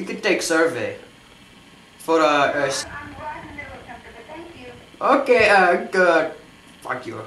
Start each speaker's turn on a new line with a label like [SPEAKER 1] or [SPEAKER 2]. [SPEAKER 1] intake survey for uh, uh
[SPEAKER 2] I'm right in the middle of something, but thank you.
[SPEAKER 1] okay uh, g- fuck you